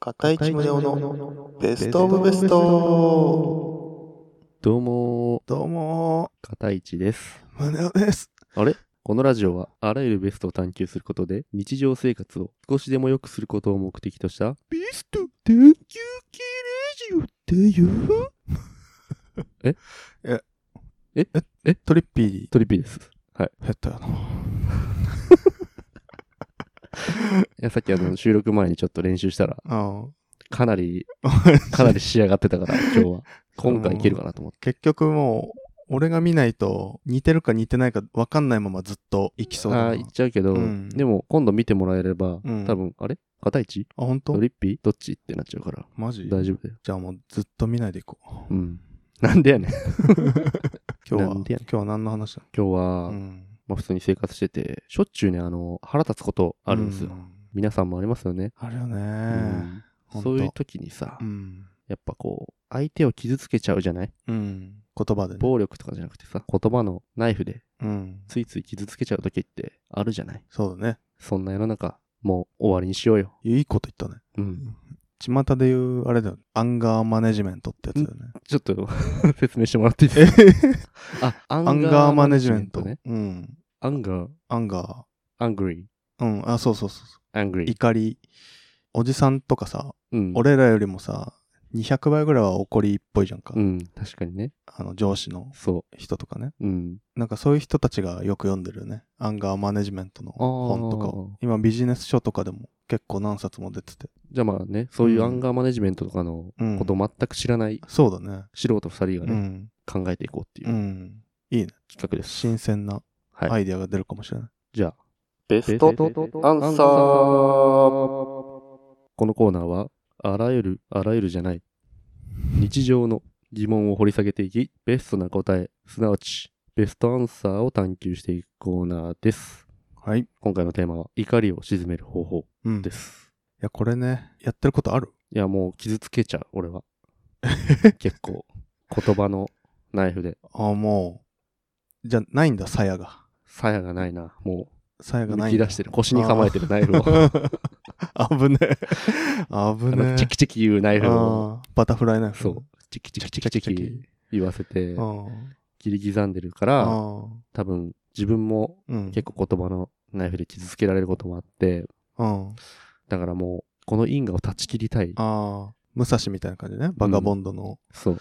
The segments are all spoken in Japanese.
片市宗男のベストオブベストどうもどうもー、片市です。ー、宗男です。あれこのラジオは、あらゆるベストを探求することで、日常生活を少しでも良くすることを目的とした、ベスト探求系ラジオだよ。えええええトリッピトリピーです。ーやったよな。いや、さっきあの、収録前にちょっと練習したら、うん。かなり、かなり仕上がってたから、今日は。今回いけるかなと思って。結局もう、俺が見ないと似てるか似てないか分かんないままずっといきそうだあな。ああー、言っちゃうけど、うんでも今度見てもらえれば、うん多分、あれ片市本当トリッピーどっちってなっちゃうから、マジ大丈夫だよ。じゃあもうずっと見ないでいこう。うん。なんでやねん。今日は、なん今でやねん日は何の話だ今日は、うん。まあ普通に生活してて、しょっちゅうね、あの、腹立つことあるんですよ。う皆さんもありますよね。あるようね。んほんとそういう時にさ、うん。やっぱこう、相手を傷つけちゃうじゃないうん。言葉でね。暴力とかじゃなくてさ、言葉のナイフでうん。ついつい傷つけちゃう時ってあるじゃないそうだね。そんな世の中、もう終わりにしようよ。いいこと言ったね。うん。巷で言う、あれだよ。アンガーマネジメントってやつだよね。ちょっと 説明してもらっていいえですかあ、アアンガーマネジメント。ね。うん。アンガー、アンガアングリー、ー。うん。あ、そうそうそうそアングう。リー。怒り。おじさんとかさ、うん。俺らよりもさ、200倍ぐらいは怒りっぽいじゃんか。うん、確かにね。あの、上司のそ人とかね。う。うん。なんかそういう人たちがよく読んでるよね。アンガーマネジメントの本とかをあー。今ビジネス書とかでも結構何冊も出てて。じゃあまあね、そういううんアンガーマネジメントとかのうんことを全く知らないそうだね。素人二人がうね、ん。。考えていこうっていううんいいね。企画です。新鮮なはいアイデアが出るかもしれない。じゃあ、ベスストトアアンンササーー。このコーナーは、あらゆる、あらゆるじゃない、日常の疑問を掘り下げていき、ベストな答え、すなわち、ベストアンサーを探求していくコーナーです。はい。今回のテーマは、怒りを鎮める方法うん。でいす。や、これね、やってることあるいや、もう傷つけちゃう、俺は。結構、言葉のナイフで、ああ、もう。じゃ、ないんだ、鞘が。鞘がないな、も鞘う、がな抜いんきだ。出してる、腰に構えてるナイフを。 危ねえ。危あねのえ。チキチキ言うナイフを、あーバタフライナイフ。そう。、チキチキチキチチキチキ言わせてう、ん。切り刻んでるかあら、あ。多分自分もうん。結構言葉のナイフで傷つけられることもあって、うん。だからもう、この因果を断ち切りたい。ああ。武蔵みたいな感じね。バガボンドのそう、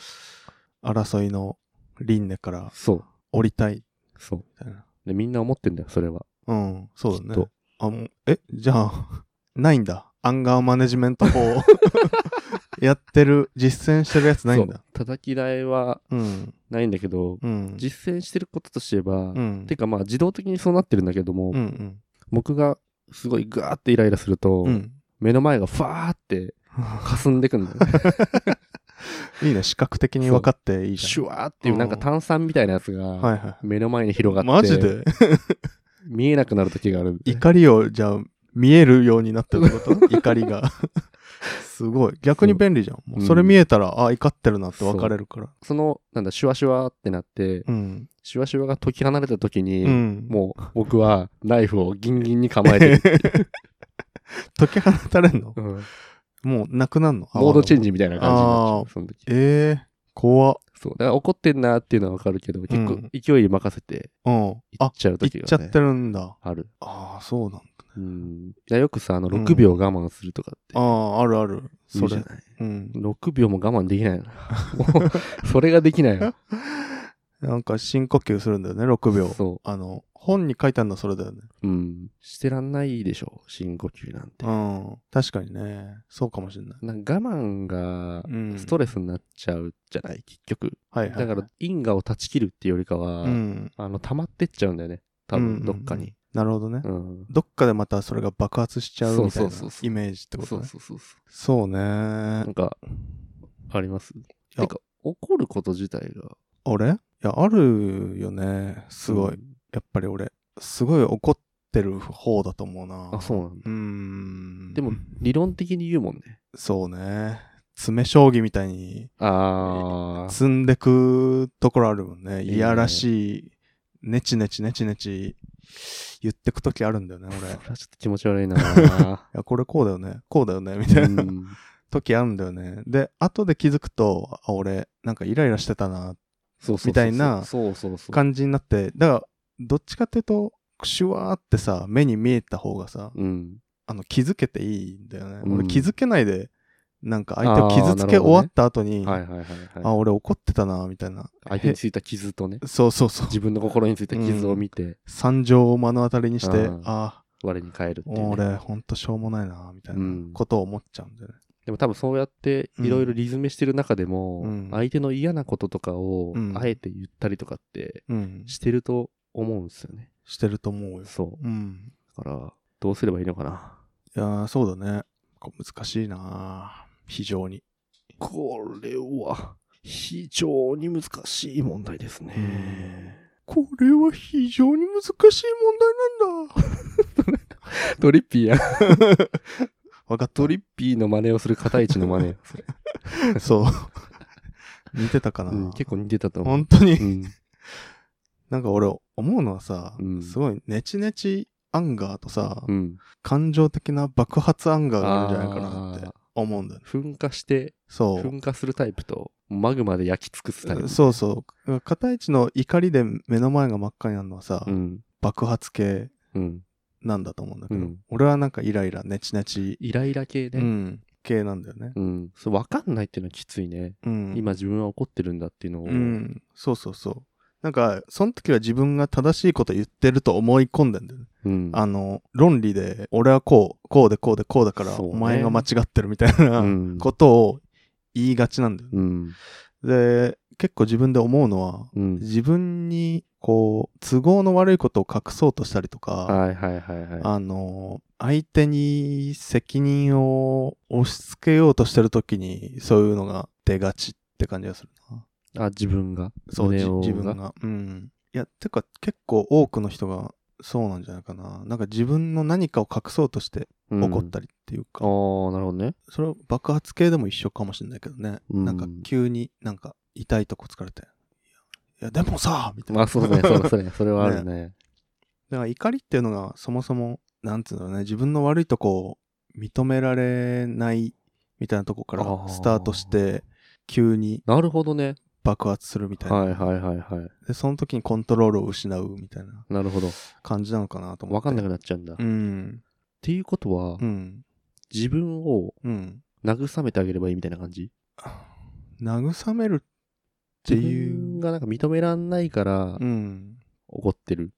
争いの輪廻からそう、降りたい。そう。みたいな。で、みんな思ってんだよ、それは。うん。そうだきっねと。あ、もう、え、じゃあ、ないんだ。アンガーマネジメント法 をやってる、実践してるやつないんそだう。。叩き台はうん。ないんだけど、うん。実践してることとしてば、うん。てかまあ自動的にそうなってるんだけども、うんうん。僕がすごいガーってイライラすると、うん。目の前がファーって霞んでくんだよね。いいね。視覚的に分かっていいじシュワーっていうなんか炭酸みたいなやつゃん。はがいは目の前に広がっい。て、マジ で見えなくなる時があるんで怒りを、じゃあ、見えるようになってる ってこと怒りが。 すごい。逆に便利じゃん。もうそれ見えたら、あ、怒ってるなって分かれるから。そのなんだシュワシュワってなって、うん。シュワシュワが解き放れた時に、うん。 もう僕はナイフをギンギンに構えてる、解き放たれんのうんもうなくなるのモードチェンジ。ジみたいな感じになっちゃあうその時ええー、怖っ。そうだから怒ってんなっていうのはわかるけど結う構ん勢いに任せてうん。いっあ、ちゃ行う時っが、ねちゃってるんだ。あるああ、そうなんだ。うんだからよくさあのうん6秒我慢するとかってああ、あるある。言そうじゃれ。ない、うん。 6秒も我慢でき ないのもうそれができないのなんか深呼吸するんだよね、6秒。そあの、本に書いてあるのはそれだよね。ううんしてらんないでしょ深呼吸なんてうん。確かにね。そうかもしれない。なんか我慢がうん。ストレレスになっちゃうじゃない、結局。はいはい。だから、、因果を断ち切るっていうよりかは、うん。あの、溜まってっちゃうんだよね。多うんうんう分、んどっかに。なるほどね。うん。どっかでまたそれが爆発しちゃうみたいなそうそうそうそうイメージってことそうね。そうそうそそうう。ねなん。か、ありますやてか、怒ること自体が。俺いや、あるよね。すごい。うんやっぱり俺、すごい怒ってる方だと思うな。あ、そうなんだ。うーん。でも、理論的に言うもんね。そうね。詰め将棋みたいにあー。積んでくところあるもんね。いいねいやらしい、ねちねちねちねち言ってくと きあるんだよね、そ俺。れい はちょっと気持ち悪いなや、これこうだよね。こうだよね、みたいな。うん時あるんだよね。で、後で気づくと、あ、俺、なんかイライラしてたな、そうそうそうそうみたいなそうそうそう。感じになって、だから、どっちかっていうと、くしゅわーってさ、目に見えた方がさ、うん。あの、気づけていいんだよね。うん俺気づけないで、なんか相手を傷つけあーなる終ほどわねった後に、はいはいはいあ、はい。俺怒ってたな、みたいな。相手についた傷とね、そうそう そう。自分の心についた傷を見て、惨状を目の当たりにして、うんあ我に返るってー、いうね、俺、ほんとしょうもないな、みたいなことを思っちゃうんだよね。でも多分そうやっていろいろ理詰めしてる中でも、うん相手の嫌なこととかをうんあえて言ったりとかってうん。してると思うんですよね。してると思うよ。そうう。ん。だから、どうすればいいのかな。いやー、そうだね。こう難しいな非常に。これは非常に難しい問題ですね。これは非常に難しい問題なんだ。トリッピーや。わかっトリッピーの真似をする片市の真 似。た。 そう。似てたかな、うん、結構似てたと思う。本当にう。ん。なんか俺、思うのはさ、うんすごい、ネチネチアンガーとさ、うん。感情的な爆発アンガーがあるんじゃないかなってあ思うんだよね。ー噴火して、そう。噴火するタイプと、マグマで焼き尽くすタイプ。そうそう。片一の怒りで目の前が真っ赤になるのはさ、うん。爆発系うん。なんだと思うんだけど、うん俺はなんかイライラ、ネチネチ、イライラ系うね。ん、系なんだよね。うん。それ分かんないっていうのはきついね。うん。今自分は怒ってるんだっていうのを。うん。そうそうそう。なんか、その時は自分が正しいこと言ってると思い込んでんだよね。うん。あの、論理で、俺はこう、こうでこうでこうだから、そうねお前が間違ってるみたいなうんことを言いがちなんだよね。うん。で、結構自分で思うのは、うん。自分に、こう、都合の悪いことを隠そうとしたりとか、はいはいはいはあの、相手に責任を押し付けようとしてるときに、そういうのが出がちって感じがするな。い。あ、自分が。そう、じ胸を自分が。うん。いや、てか結構多くの人がそうなんじゃないかな。なんか自分の何かを隠そうとしてうん怒ったりっていうあか、あ、なるほどね。それは爆発系でも一緒かもしれないけどね。うんなんか急になんか痛いとこ疲れて。いや、いやでもさみたいな。まあそう ね、そうだそうね、それはあるね。だから怒りっていうのがそもそも、なんつうんだろうね、自分の悪いとこを認められないみたいなとこからあースタートして、急になるほどね。爆発するみたいな、はいはいはいは。で。その時にコントロールを失うみたいないなるほど。感じなのかなと思わって。かんなくなっちゃうんだ。うっん。ていうことはう、ん。自分をうん。慰めてあげればいいみたいな感じ慰めるって自い分う。がなんか認めらんないからうん。怒ってる。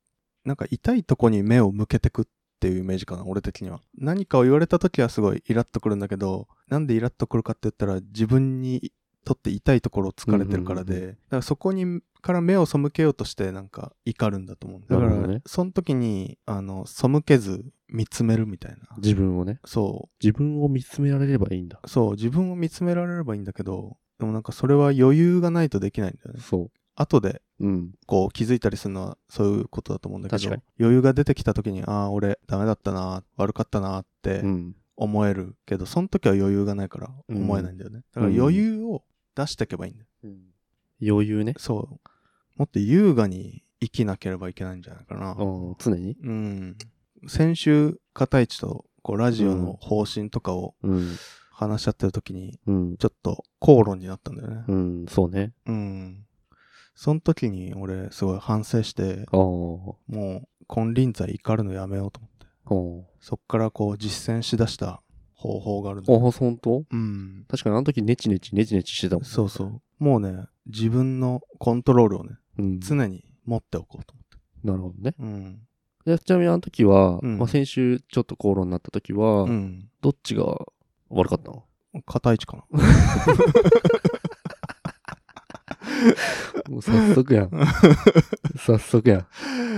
なんか痛いとこに目を向けてくっていうイメージかな、俺的には。何かを言われた時はすごいイラッとくるんだけど、なんでイラッとくるかって言ったら自分にとって痛いところを疲れてるからで、うんうんだからそこにから目を背けようとしてなんか怒るんだと思うんだだかなるほどらね、その時に、あの、背けず見つめるみたいな。自分をね。そ自分を見つめられればいいんだ。う。そう、自分を見つめられればいいんだけど、でもなんかそれは余裕がないとできないんだよね。そ後でう。うん。こう気づいたりするのはそういうことだと思うんだけど確かに余裕が出てきた時にああ俺ダメだったな悪かったなってうん。思えるけど、その時は余裕がないからうん思えないんだよね、だから余裕を出していけばいいんだよ、余裕ね。そうもっと優雅に生きなければいけないんじゃないかなうん常に。うん先週片市とこうラジオの方針とかをうん。話し合ってる時にうん。ちょっと口論になったんだよねうん、そうね。うん、その時に俺すごい反省してああ。おもう金輪際怒るのやめようと思っておそっからこう実践しだした方法があるんだ。あ、本当うん。確かにあの時ネチネチネチネチしてたもん。そうそう。もうね、自分のコントロールをね、うん。常に持っておこうとなるほどね。思って。でちなみにあの時は、うんまあ先週ちょっと口論になった時は、うん。どっちが悪かったのうん。片位置かな。もう早速やん。 早速やん。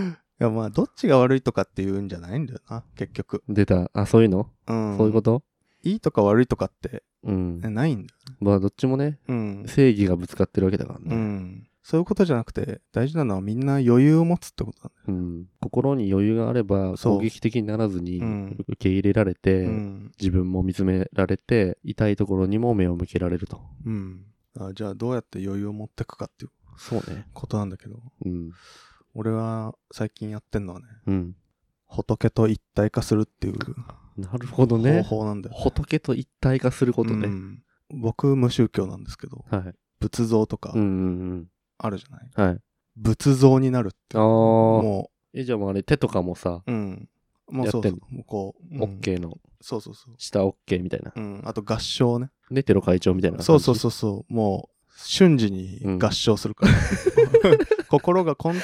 いやまあ、どっちが悪いとかっていうんじゃないんだよな、結局。出た。あ、そういうの、うん。そういうこといいとか悪いとかって、うん。ねないんだよ。まあどっちもね、うん。正義がぶつかってるわけだからうね。ん。そういうことじゃなくて、大事なのはみんな余裕を持つってことなんだよ。うん。心に余裕があればそう攻撃的にならずにうん受け入れられて、うん。自分も見つめられて、痛いところにも目を向けられると。うん。あじゃあ、どうやって余裕を持ってくかっていうそうね。ことなんだけど、うん。俺は最近やってんのはね、うん。仏と一体化するっていうなるほど方ね。法なんだよ。仏と一体化することうね。ん僕、無宗教なんですけど、はい。仏像とかうんうんあるじゃない、うん。はい。仏像になるって。ああ。もえ、じゃあもうあれ、手とかもさ、う、うん。もうやそっうてそんう。もうこう、うんオッケーの、そうそうそう。下オッケーみたいな。うん。あと合唱ね。で、テロ会長みたいな感じ。そうそうそうそう。もう、瞬時に合唱する から。心がコント、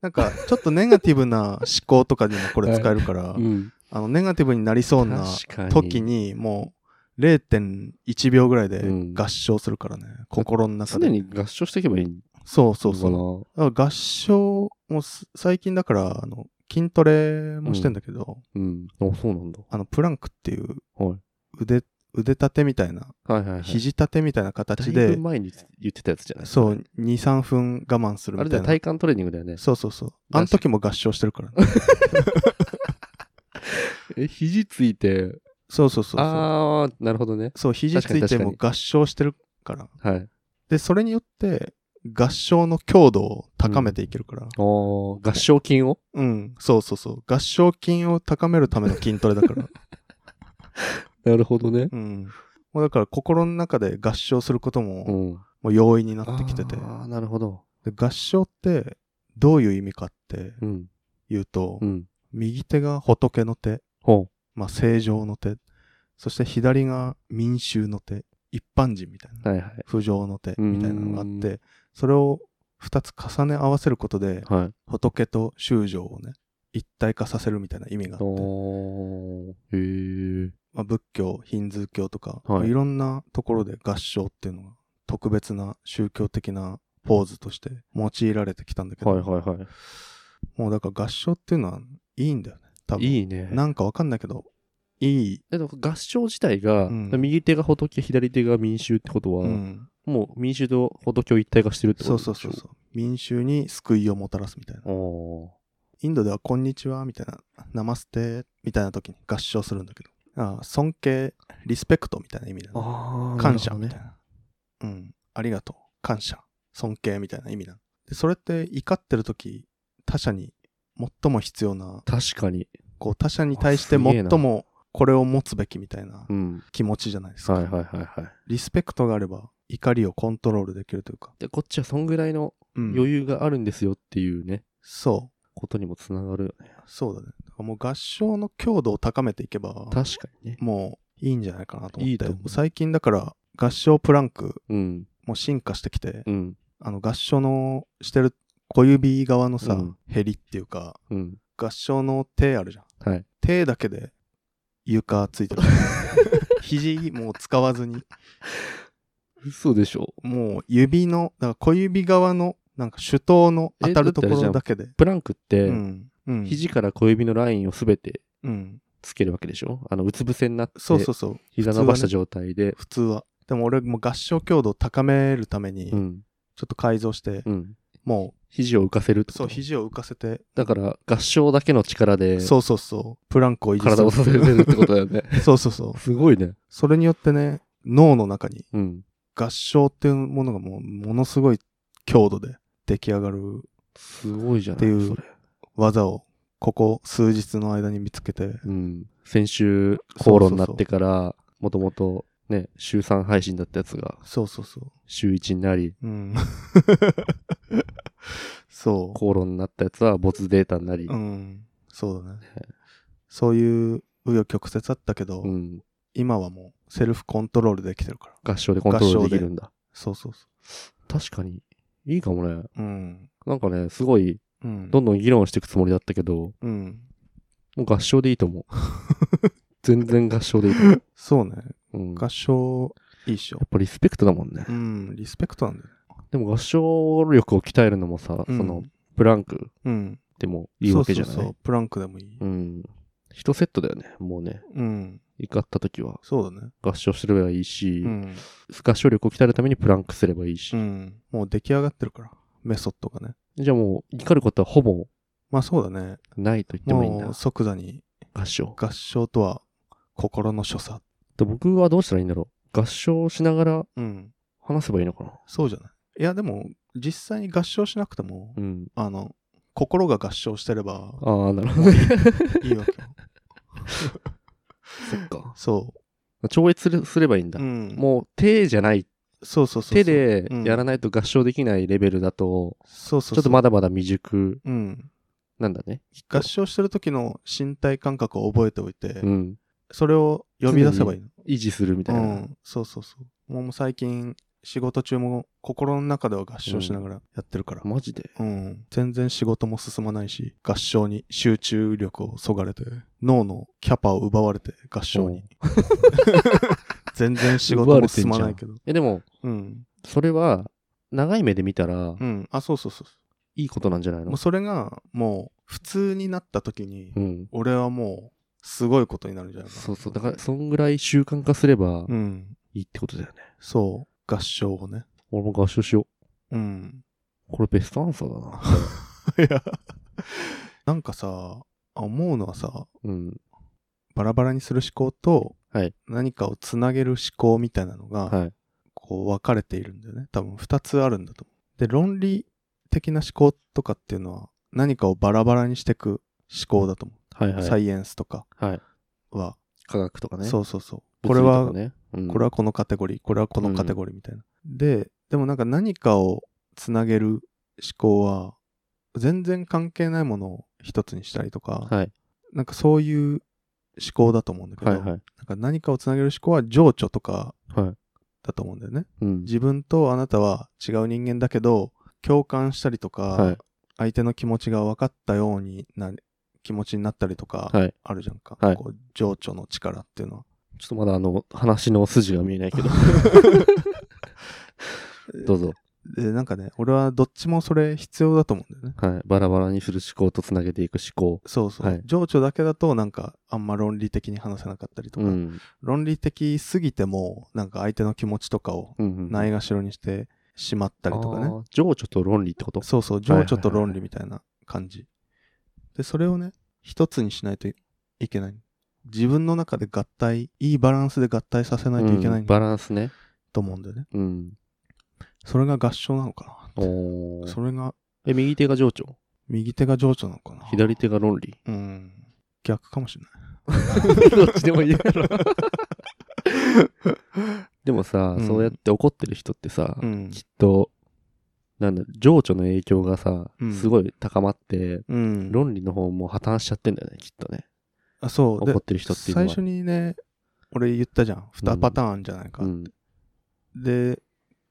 なんか、ちょっとネガティブな思考とかにもこれ使えるから、うん。あの、ネガティブになりそうな確かに時に、もう、0.1秒ぐらいでうん合唱するからね。心の中常で。に合唱していけばいいのかそうそうな。そう。だから合唱もす最近だから、あの、筋トレもしてんだけど、うん。あ、そうなんだ。あの、プランクっていうはい。腕、腕立てみたいな、はいはいはい。肘立てみたいな形だいでぶ、前に言ってたやつじゃないそう、2、3分我慢するあみたれだいな。よ、体幹トレーニングだよね。そうそうそう。あの時も合唱してるから、ね。え、肘ついて、 そうそうそうそう。あー、なるほどね。そう、肘ついても確合唱してるから。はい。で、それによって、合唱の強度を高めていけるから。おー合唱筋をうん、そうそうそう。合唱筋を高めるための筋トレだ から。なるほどね。うん。もうだから心の中で合唱することも、うん。もう容易になってきてて。あー、なるほど。で合唱って、どういう意味かってうん。言うと、うん。右手が仏の手、ほまあ、正常の手、そして左が民衆の手、一般人みたいな、う。はいはい。不浄の手みたいなのがあっうて、それを二つ重ね合わせることで、はい。仏と衆生をね、一体化させるみたいな意味があって、おー。へえ。まあ、仏教、ヒンズー教とか、はいい、ろんなところで合唱っていうのが特別な宗教的なポーズとして用いられてきたんだけど、はいはいはもうだから合唱っていうのはいいんだよね、多分。い。いいね。なんかわかんないけど、いい、でも合唱自体が、うん右手が仏、左手が民衆ってことは、うん、もう民衆と仏を一体化してるってこそとうでしそょうそうそう。民衆に救いをもたらすみたいな。おインドではこんにちはみたいな、ナマステみたいな時に合唱するんだけど。ああ尊敬、リスペクトみたいな意味だね。あ感謝みたいな。うん。ありがとう。感謝。尊敬みたいな意味だ。でそれって怒ってる時、他者に最も必要な、確かに。こう他者に対してあすげえ最なもこれを持つべきみたいなうん。気持ちじゃないですか。はいはいはいはい。リスペクトがあれば怒りをコントロールできるというか。で、こっちはそんぐらいのうん余裕があるんですよっていうね、そう。ことにもつながるよね。そうだね。だからもう合唱の強度を高めていけば、確かにね。もういいんじゃないかなと思って。いいと思う最近だから合唱プランクうん。も進化してきて、うん。あの合唱のしてる小指側のさ、うんヘリっていうか、うん。合唱の手あるじゃん。はい。手だけで床つい てる。肘もう使わずに、嘘でしょ。もう指の、だから小指側のなんか手刀の当たるとこえだろってだけで。プランクって、うん。うん。肘から小指のラインをすべてうん。つけるわけでしょあの、うつ伏せになって、そうそうそう。膝伸ばし普通はたね状態で、普通は。でも俺も合唱強度を高めるために、ちうょっん。と改造して、うん。も肘を浮かせるっう、てことそう、肘を浮かせて、だから、合唱だけの力で、そうそうそう、プランクを維持体を支えてるってことだよね。そうそう そう。すごいね。それによってね、脳の中にうん。合唱っていうものがもう、ものすごい強度で出来上がるすごいじゃないっていうそれ技を、ここ数日の間に見つけて、うん。先週、そうそうそう口論になってから、もともと、ね、週3配信だったやつが、そうそうそ週1になり、う。 うん。そう。口論になったやつは没データになり、うん。そうだね。そういう紆余曲折あったけど、うん。今はもうセルフコントロールできてるから。合唱でコントロールできるんだ。そうそうそ確かに。いいかもね。う。うん。なんかね、すごい、うん。どんどん議論していくつもりだったけど、うん。もう合唱でいい と思う。全然合唱でいいと思う。そうね。うん、や合唱、いいっしょっ。ぱリスペクトだもんねう。ん。リスペクトなんだよね。でも合唱力を鍛えるのもさ、うんその、プランクうん。でもいいわけじゃないそうそうそう。プランクでもいい。うん。一セットだよね、もうね。うん。怒った時はそうだね。合唱すればいいし、うん。合唱力を鍛えるためにプランクすればいいしう、ん。もう出来上がってるから。メソッドがね。じゃあもう怒ることはほぼまあそうだね。ないと言ってもいいんもだう。即座に合唱。合唱とは心の所作。で僕はどうしたらいいんだろう。合唱しながらうん。話せばいいのかな。そうじゃない。いやでも、実際に合唱しなくても、うん。あの、心が合唱してれば ああ、なるほどね。いいわけよ。そっ か。そ超越すれすればいいんう。だ。うん。もう手じゃない。そうそうそうそう。手でやらない。ないと合唱できないレベルだと、そうそうそう。ちょっとまだまだ未熟うん。なんだね。合唱してる時の身体感覚を覚えておいて、うん。それを呼び出せばいいの。維持するみたいうな。ん。そうそうそう。もう最近、仕事中も心の中では合唱しながらやってるから。マジで。うん、全然仕事も進まないし合唱に集中力をそがれて脳のキャパを奪われて合唱に 全然仕事も進まないけどえ、でも、うんそれは、長い目で見たらう、んあそうそうそいいことなんじゃないうもうのそれがもう普通になった時に、うん。俺はもうすごいことになるんじゃないかなそうそう。だから、そんぐらい習慣化すれうばんいいってことだよね。そう合唱をね俺も合唱しようん う。これベストアンサーだな。いやなんかさあ思うのはさうん。バラバラにする思考と、はい何かをつなげる思考みたいなのが、はい。こう分かれているんだよね。多分2つあるんだと思う。で、論理的な思考とかっていうのは何かをバラバラにしていく思考だと思。はいうはサい。イエンスとかはい。は。科学とかね。そうそうそう。これ物理とは、かね。これこれはこのカテゴリー、これはこのカテゴリーみたいな。で、でもなんか何かをつなげる思考は全然関係ないものを一つにしたりとか、はい。なんかそういう思考だと思うんだけど、はいはい。なんか何かをつなげる思考は情緒とかはい。だと思うんだよね。うん。自分とあなたは違う人間だけど共感したりとか、はい。相手の気持ちが分かったようにな気持ちになったりとかはい。あるじゃんか、はいこう情緒の力っていうのはちょっとまだあの、話の筋が見えないけど。 どうぞ。でなんかね俺はどっちもそれ必要だと思うんだよねはい。バラバラにする思考とつなげていく思考。そうそう、はい情緒だけだとなんかあんま論理的に話せなかったりとうか、ん。論理的すぎてもなんか相手の気持ちとかをうんうん。ないっがしろにしてしまったりとかね、情緒と論理ってことそうそう、はいはい情はい緒と論理みたいな感じ。で、それをね、一つにしないといけない。自分の中で合体、いいバランスで合体させないといけなういんバランスね。と思うんだよね。うん。それが合唱なのかな。おーそれが、え、右手が情緒右手が情緒なのかな。左手が論理うん。逆かもしれない。どっちでもいいだろ。でもさ、うんそうやって怒ってる人ってさ、うんきっと、なんだ、情緒の影響がさう、んすごい高まって、うん。論理の方も破綻しちゃってんだよね、きっとね。あそう。で怒ってる人っていうの最は。初にね、俺言ったじゃん。二パターンあるんじゃないか。うん。で、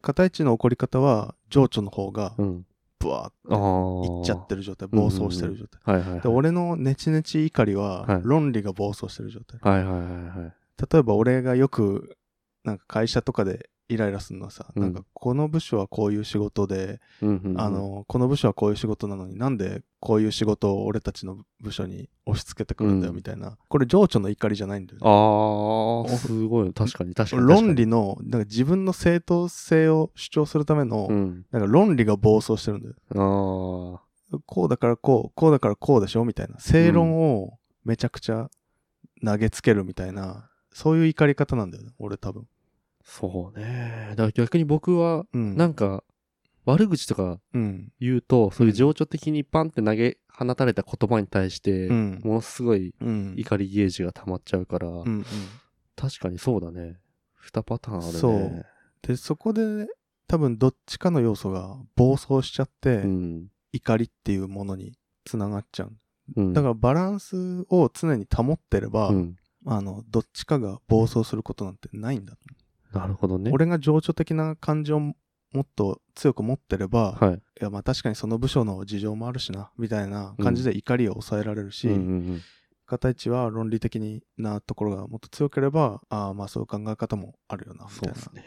片一の怒り方は、情緒の方がう、ん。ブワああ。ーっていっちゃってる状態、うんうんう暴ん走してる状態。はいはいはい。で俺のネチネチ怒りははい論理が暴走してる状態、はいはいはいはい。例えば俺がよくなんか会社とかでイライラするのはさ、うんなんかこの部署はこういう仕事で、うんうんうんあ、のこの部署はこういう仕事なのになんでこういう仕事を俺たちの部署に押し付けてくるんだようんみたいな、これ情緒の怒りじゃないんだよねああ、すごい。確かに確かに。論確理のなんか自分の正当性を主張するための、かに。うん。なんか論理が暴走してるんだよあこうだからこう、こうだからこうでしょみたいな。正論をめちゃくちゃ投げつけるみたいな、そういう怒り方なんだよね、俺多分。あ、そうね。だから逆に僕は、うん。なんか、悪口とかうん。言うと、そういう情緒的にパンって投げ放たれた言葉に対して、うん。ものすごいうん。怒りゲージが溜まっちゃうから、うんうん確かにそうだね。二パターンあるね。そうで、そこで、ね、多分どっちかの要素が暴走しちゃって、うん。怒りっていうものにつながっちゃう。うん。だからバランスを常に保ってれば、うん。あの、どっちかが暴走することなんてないんだ。なるほどね。俺が情緒的な感情をもっと強く持ってれば、はい。いやまあ確かにその部署の事情もあるしなみたいな感じで怒りを抑えられるし、うんうん片一は論理的なところがもっと強ければああまあそういう考え方もあるよなうん。みそうたいでなすね。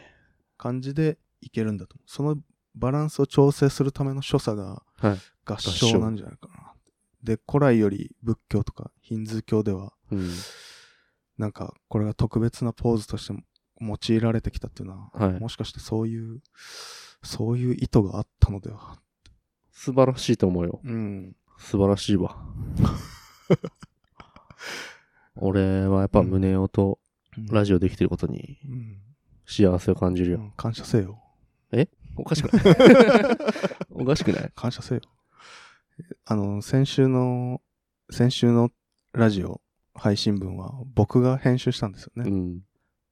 感じでいけるんだと思うそのバランスを調整するための所作がはい合唱なんじゃないかな、で古来より仏教とかヒンズー教ではうん。なんかこれが特別なポーズとして用いられてきたっていうのは、はいもしかしてそういうそういう意図があったのでは素晴らしいと思うよ。うん素晴らしい わ。俺はやっぱ胸音とラジオできてることにうん幸せを感じるうよ。ん感謝せよ。おかしく ないおかしくない感謝せよ。あの、先週の、先週のラジオ、配信分は僕が編集したんですよね。うん。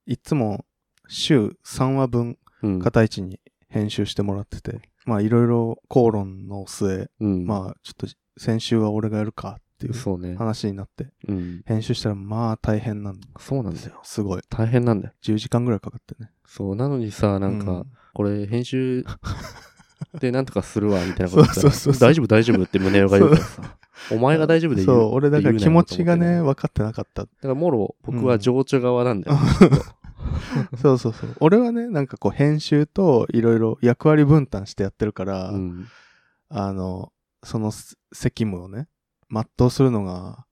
いつも週3話分うん。片一に編集してもらってて、まあいろいろ口論の末、うん。まあちょっと先週は俺がやるかっていうそうね。話になって、うん。編集したらまあ大変なんでそうなんだすよ。よ。すごい。大変なんだよ。 10時間ぐらいかかってね。そう。なのにさ、なんか、うんこれ編 集でなんとかするわ、みたいなこと言ったらそうそうそうそう大丈夫、大丈夫って胸が言うから さ。お前が大丈夫で言うそう、俺だから気持ちがって言うなね、よ分かってなかった。だからもろ、僕は情緒側なんだよ。そう そうそう。俺はね、なんかこう編集といろいろ役割分担してやってるから、うん。あの、その責務をね、全うするのが、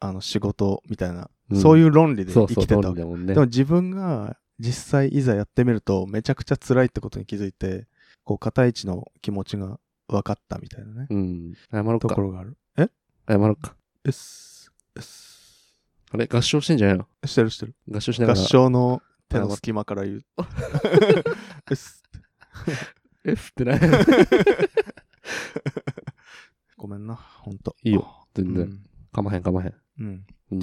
あの、仕事みたいな、そういうう論理ん、でそ生きうそてう、た通わけりだもんねで。も自分が実際いざやってみるとめちゃくちゃ辛いってことに気づいて、こう、片一の気持ちが分かったみたいなね、うん。謝ろうとかこ。ろがある。え謝ろうか。うっす、うっす。あれ合唱してんじゃないのしてるしてる。合唱しなが合ら。唱の手の隙間から言う。 うっす。えっって ない。ごめんな、ほんと。いいよ。う全然。ん。かまへんかまへん。うん。うん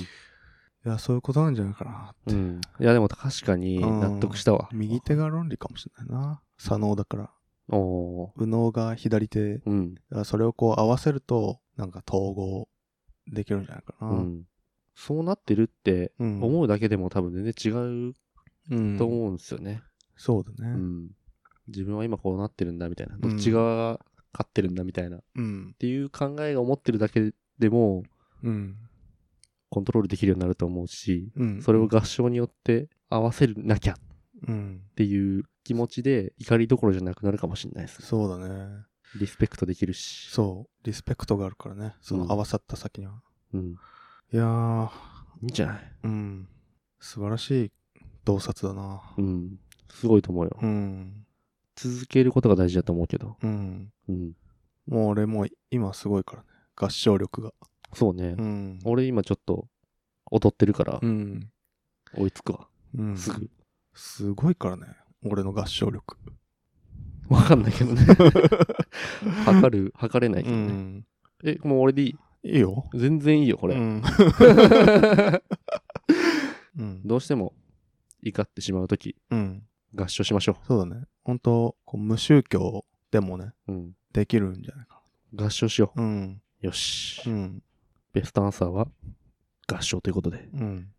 いや、そういうことなんじゃないかなって。うん。いや、でも確かにうん納得したわ。右手が論理かもしれないな。左脳だから。おお右脳が左手。だかー。うん。らそれをこう合わせると、なんか統合できるんじゃないかな。うん。そうなってるってうん思うだけでも多分全然違ううんと思うんですよね。そうだね。ううん。ん。自分は今こうなってるんだみたいな。どっち側が勝ってるんだみたいな。っうん。ていう考えが思ってるだけでもうん。コントロールできるようになると思うし、うんそれを合唱によって合わせなきゃっうん。ていう気持ちで怒りどころじゃなくなるかもしれないです。そうだね。リスペクトできるし。そう。リスペクトがあるからね。その合わさった先には。うん。いやー、いいんじゃないうん。素晴らしい洞察だな。うん。すごいと思うよ。うん。続けることが大事だと思うけど。うん。うん。もう俺もう今すごいからね。合唱力が。そうね。うん。俺今ちょっと踊ってるからうん。追いつくわ。うん。すぐ。すごいからね。俺の合唱力。わかんないけど ね。測る、測れないけうどね。ん。え、もう俺でいいいいよ。全然いいよ、これ。うんうん。 どうしても怒ってしまうとき、うん。合唱しましょそうだね。本当こう無宗教でもね、う。うん。できるんじゃないか合唱しよな。うん。う。よしう。ん。ベストアンサーは合唱ということで。うん。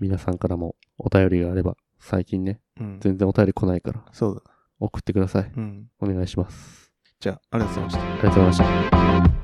皆さんからもお便りがあれば、最近ね、うん。全然お便り来ないから、そうだ。送ってください。うん。お願いします。じゃあ、ありがとうございました。ありがとうございました。